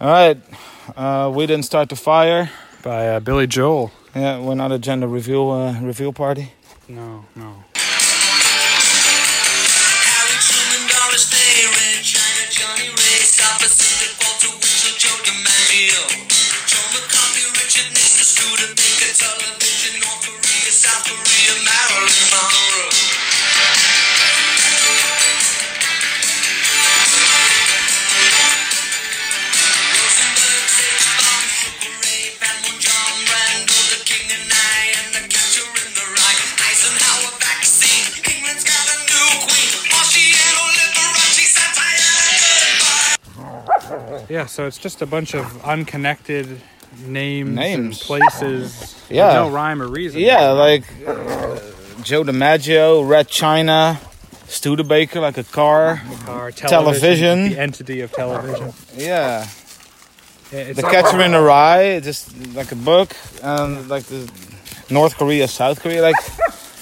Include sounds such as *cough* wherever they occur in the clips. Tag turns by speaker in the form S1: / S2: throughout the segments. S1: All right, uh, we didn't start the fire.
S2: by uh, Billy Joel.
S1: Yeah, we're not a gender reveal uh, reveal party.
S2: No, no.
S3: Harry Truman, Doris Day, Red China, Johnny Ray, Scott Pacific, Walter Winchell, Joe DiMaggio, Joe McCarthy, Richard Nixon, Studebaker, Television, North Korea, South Korea, Marilyn Monroe. Rosenberg, Sage, Bomb, Hickory, Batman, John Randall, the King and I, and the Catcher in the Rye. Eisenhower vaccine. England's got a new queen. Marciano, Liberace, Santayana.
S2: Yeah, so it's just a bunch of unconnected names, and
S1: Names.
S2: places.
S1: Yeah.
S2: no rhyme or reason.
S1: Yeah, like uh, Joe DiMaggio, Red China, Studebaker, like a car.
S2: Our
S1: Television.
S2: the entity of television.
S1: Yeah,
S2: Yeah, It's
S1: The Catcher in the Rye, just like a book, and like the North Korea, South Korea. Like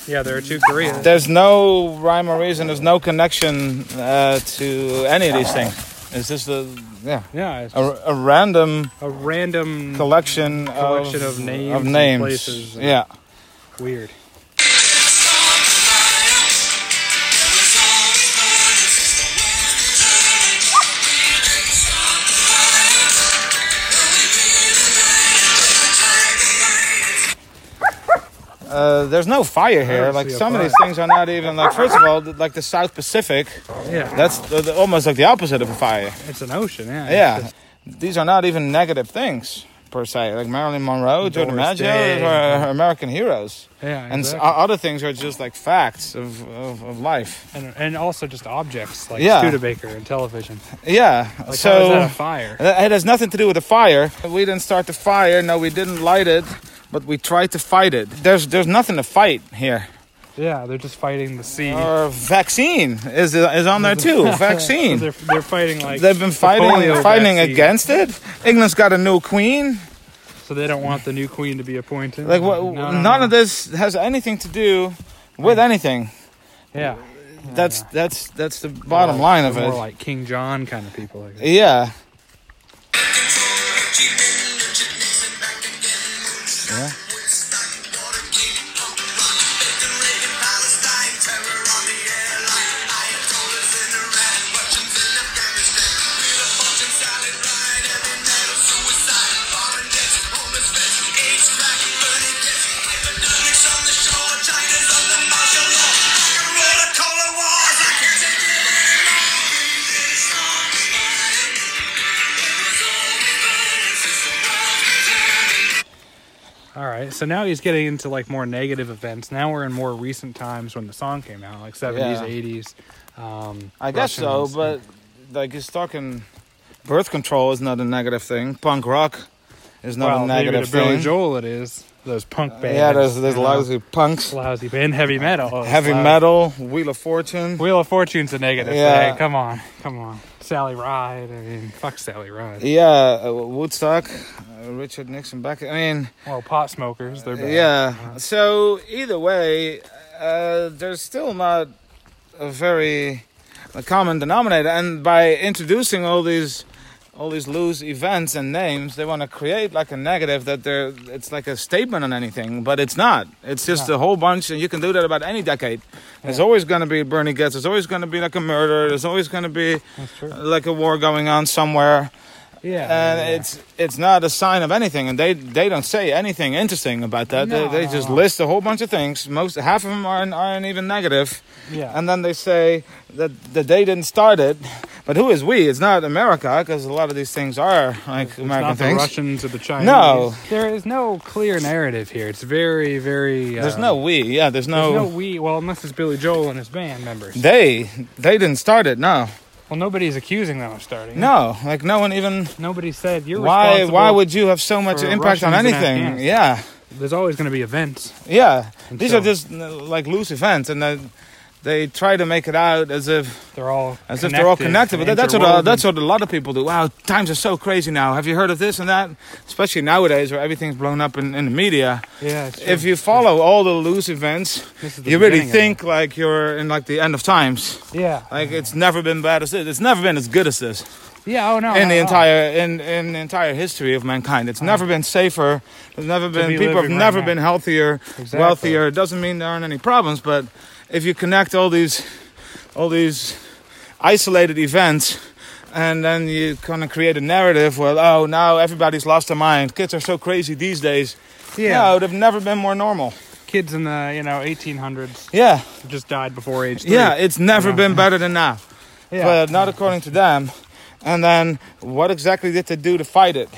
S2: yeah, there are two Koreas.
S1: there's no rhyme or reason. There's no connection uh, to any of these things. It's just a yeah,
S2: yeah, it's
S1: a, a random
S2: a random
S1: collection,
S2: Collection
S1: of,
S2: of names and
S1: names.
S2: places.
S1: Yeah.
S2: weird.
S1: Uh, there's no fire here.
S2: don't
S1: Like
S2: see a
S1: some of
S2: fire.
S1: these things are not even like. First of all, th- like the South Pacific,
S2: Yeah,
S1: that's the, the- almost like the opposite of a fire.
S2: it's an ocean. Yeah, it's
S1: Yeah,
S2: just-
S1: these are not even negative things per se. Like Marilyn Monroe, Joe
S2: Doris
S1: DiMaggio,
S2: Day.
S1: those are American heroes,
S2: yeah,
S1: and s- uh, o-
S2: exactly.
S1: other things are just like facts of, of, of life.
S2: and, and also just objects like
S1: Yeah.
S2: Studebaker and television.
S1: Yeah.
S2: Like how is
S1: so uh,
S2: that a fire?
S1: It has nothing to do with the fire. We didn't start the fire. No, we didn't light it, but we tried to fight it. There's there's nothing to fight here.
S2: Yeah, they're just fighting the sea.
S1: Or vaccine is is on there
S2: *laughs*
S1: too.
S2: So
S1: vaccine.
S2: they're, they're fighting like
S1: They've been
S2: the
S1: fighting
S2: polio
S1: fighting
S2: vaccine.
S1: against it. England's got a new queen.
S2: So they don't want the new queen to be appointed.
S1: Like what, none of this has anything to do with anything.
S2: Yeah,
S1: That's that's that's the bottom
S2: Like,
S1: line of
S2: more
S1: it.
S2: like King John kind of people. Like that.
S1: Yeah.
S2: All right, so now he's getting into like more negative events. Now we're in more recent times when the song came out, like seventies,
S1: Yeah.
S2: eighties. Um,
S1: I guess so,
S2: Russians.
S1: but like he's talking, birth control is not a negative thing. Punk rock is not
S2: well,
S1: a
S2: maybe
S1: negative
S2: to Billy
S1: thing.
S2: Joel it is. Those punk bands.
S1: yeah, there's there's
S2: you know,
S1: lousy punks,
S2: lousy band, heavy metal,
S1: *laughs*
S2: oh,
S1: heavy
S2: lousy.
S1: metal, Wheel of Fortune.
S2: Wheel of Fortune's a negative.
S1: Yeah.
S2: Yeah, come on, come on. Sally Ride. I mean, fuck Sally Ride.
S1: Yeah, uh, Woodstock, uh, Richard Nixon back. I mean,
S2: Well, pot smokers. They're bad.
S1: yeah. So either way, uh, there's still not a very a common denominator, and by introducing all these. All these loose events and names, they want to create like a negative that they're it's like a statement on anything, but it's not. It's just
S2: No.
S1: a whole bunch, and you can do that about any decade. There's always going to be Bernie Getz. There's always going to be like a murder. There's always going to be
S2: That's true.
S1: like a war going on somewhere
S2: Yeah.
S1: and
S2: yeah.
S1: it's it's not a sign of anything and they they don't say anything interesting about that they,
S2: No,
S1: they
S2: no,
S1: just
S2: no.
S1: list a whole bunch of things most half of them aren't, aren't even negative
S2: yeah.
S1: and then they say that, that they didn't start it but who is we it's not america because a lot of these things are like american
S2: it's not
S1: things
S2: the Russians or the Chinese.
S1: No.
S2: there is no clear narrative here. It's very, very.
S1: there's
S2: um,
S1: no we yeah there's
S2: There's
S1: no,
S2: no we. Well, unless it's Billy Joel and his band members.
S1: they they didn't start it no
S2: well, nobody's accusing them of starting.
S1: no like no one even
S2: Nobody said you're
S1: why
S2: responsible.
S1: why would you have so much
S2: for
S1: impact on
S2: Russians in
S1: anything
S2: Afghanistan.
S1: yeah
S2: There's always going to be events.
S1: Yeah,
S2: And
S1: these
S2: so-
S1: are just uh, like loose events, and then they try to make it out as if
S2: They're all
S1: as if they're all connected. But that, that's what uh,
S2: interwoven.
S1: that's what a lot of people do. Wow, times are so crazy now. Have you heard of this and that? Especially nowadays, where everything's blown up in, in the media.
S2: yeah. it's
S1: If
S2: true.
S1: you follow all the loose events,
S2: This is the
S1: you really
S2: beginning of
S1: think like you're in like the end of times.
S2: it. yeah,
S1: Like it's never been bad as this. It's never been as good as this.
S2: Yeah. Oh no.
S1: in the
S2: no, no.
S1: entire in, in the entire history of mankind. It's never been safer. There's never been
S2: be
S1: people have
S2: living right
S1: never
S2: now.
S1: been healthier,
S2: Exactly.
S1: wealthier. It doesn't mean there aren't any problems, but if you connect all these all these isolated events and then you kind of create a narrative well oh now everybody's lost their mind kids are so crazy these days
S2: oh, Yeah.
S1: no, they've never been more normal
S2: Kids in the you know 1800s
S1: yeah
S2: just died before age. Three.
S1: yeah it's never
S2: Yeah.
S1: been better than now
S2: Yeah.
S1: but not according to them. And then, what exactly did they do to fight it?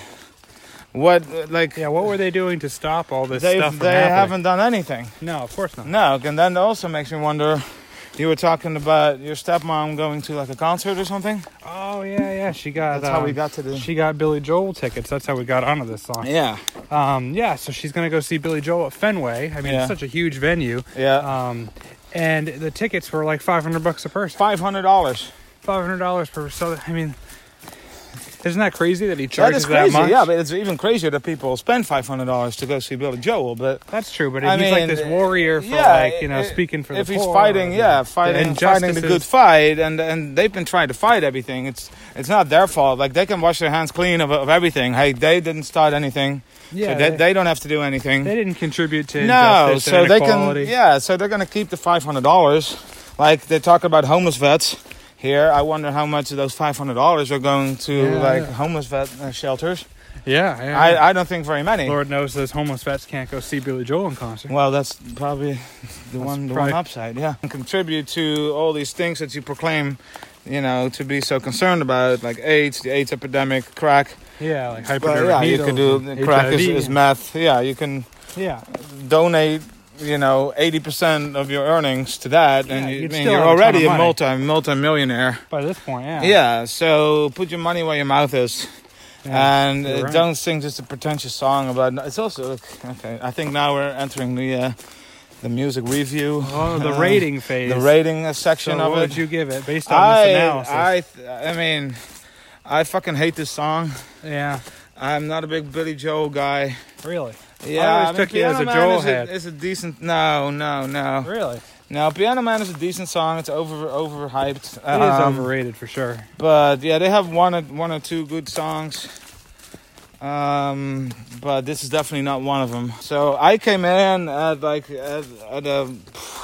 S1: What like
S2: yeah. What were they doing to stop all this
S1: they
S2: stuff? From
S1: they
S2: happening?
S1: haven't done anything.
S2: No, of course not.
S1: No, and then that also makes me wonder. You were talking about your stepmom going to like a concert or something.
S2: Oh yeah, yeah. She got.
S1: That's how we
S2: um,
S1: got to the.
S2: She got Billy Joel tickets. That's how we got onto this song.
S1: yeah,
S2: Um, yeah, so she's gonna go see Billy Joel at Fenway. I mean,
S1: Yeah.
S2: it's such a huge venue.
S1: yeah,
S2: Um, and the tickets were like five hundred bucks a person.
S1: five hundred dollars.
S2: Five hundred dollars per. So I mean, isn't that crazy that he
S1: That
S2: charges
S1: is
S2: that,
S1: crazy.
S2: much?
S1: yeah, but it's even crazier that people spend five hundred dollars to go see Billy Joel. But
S2: that's true. But
S1: I
S2: he's like
S1: mean,
S2: this warrior for
S1: yeah,
S2: like you know
S1: i-
S2: speaking for
S1: if
S2: the
S1: he's
S2: poor
S1: fighting,
S2: and-
S1: yeah, fighting, fighting the good
S2: injustices.
S1: fight, and and they've been trying to fight everything. It's it's not their fault. Like they can wash their hands clean of, of everything. Hey, they didn't start anything.
S2: yeah,
S1: so they,
S2: they,
S1: they, don't have to do anything.
S2: they didn't contribute to
S1: no,
S2: injustice
S1: so
S2: and
S1: they can.
S2: inequality.
S1: Yeah, so they're gonna keep the five hundred dollars. Like they talk about homeless vets here. I wonder how much of those five hundred dollars are going to
S2: Yeah,
S1: like
S2: yeah.
S1: homeless vet uh, shelters.
S2: yeah, yeah.
S1: I I don't think very many.
S2: Lord knows those homeless vets can't go see Billy Joel in concert.
S1: Well, that's probably the one the
S2: probably-
S1: one upside, yeah. And contribute to all these things that you proclaim, you know, to be so concerned about, like AIDS, the AIDS epidemic, crack.
S2: Yeah, like
S1: But
S2: hypodermic
S1: yeah, you could do
S2: needles and
S1: crack is,
S2: HIV.
S1: is meth. Yeah, you can
S2: yeah.
S1: donate, you know, eighty percent of your earnings to that, and
S2: Yeah,
S1: you,
S2: you'd
S1: I mean,
S2: still
S1: you're
S2: have a ton
S1: already
S2: of
S1: a
S2: money.
S1: multi multi millionaire.
S2: By this point, yeah.
S1: Yeah. so put your money where your mouth is.
S2: Yeah,
S1: and
S2: you're
S1: uh,
S2: right.
S1: don't sing just a pretentious song about. It's also okay. I think now we're entering the uh, the music review.
S2: Oh, the
S1: Uh,
S2: rating phase.
S1: the rating uh,
S2: So
S1: section
S2: what
S1: of
S2: would
S1: it.
S2: you give it based on this analysis?
S1: I, I, th- I mean, I fucking hate this song.
S2: yeah,
S1: I'm not a big Billy Joel guy.
S2: really,
S1: Yeah,
S2: always
S1: mean,
S2: took you as
S1: Piano
S2: a
S1: Man
S2: Joel
S1: is
S2: head.
S1: It's a decent. No, no, no.
S2: really, it
S1: No, Piano Man is a decent song. It's over overhyped.
S2: is
S1: Um,
S2: overrated for sure.
S1: But yeah, they have one or, one or two good songs. Um, but this is definitely not one of them. So I came in at like at, at a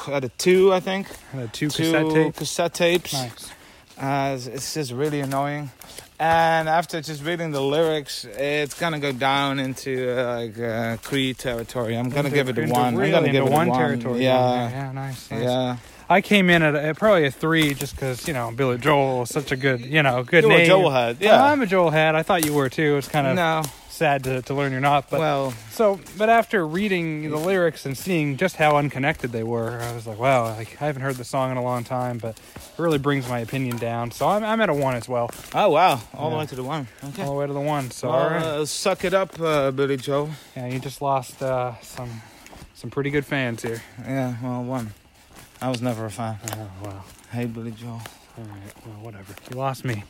S1: at a two, I think.
S2: And the two
S1: two
S2: cassette tapes.
S1: cassette tapes.
S2: Nice.
S1: Uh, it's- it's just really annoying. And after just reading the lyrics, it's gonna go down into uh, like uh, Cree territory. I'm gonna
S2: Into-
S1: give it a
S2: into
S1: one.
S2: Really
S1: I'm gonna give
S2: into
S1: it a
S2: one territory. down
S1: Yeah,
S2: there. yeah, nice. nice.
S1: yeah.
S2: I came in at, at probably a three, just because you know Billy Joel is such a good, you know, good
S1: You were
S2: name.
S1: a Joel head.
S2: Well,
S1: Yeah.
S2: I'm a Joel head. I thought you were too. It's kind of
S1: No.
S2: sad to, to learn you're not. But
S1: Well.
S2: so, but after reading the lyrics and seeing just how unconnected they were, I was like, wow, like, I haven't heard the song in a long time, but it really brings my opinion down. So I'm, I'm at a one as well,
S1: Oh wow! All the
S2: Yeah.
S1: way to the one. Okay.
S2: all the way to the one. So
S1: Well,
S2: all right.
S1: uh, suck it up, uh, Billy Joel.
S2: yeah, you just lost uh, some some pretty good fans here.
S1: Yeah, well, one. I was never a fan.
S2: Oh, wow.
S1: Hey, Billy Joel.
S2: All right. Well, whatever. You lost me.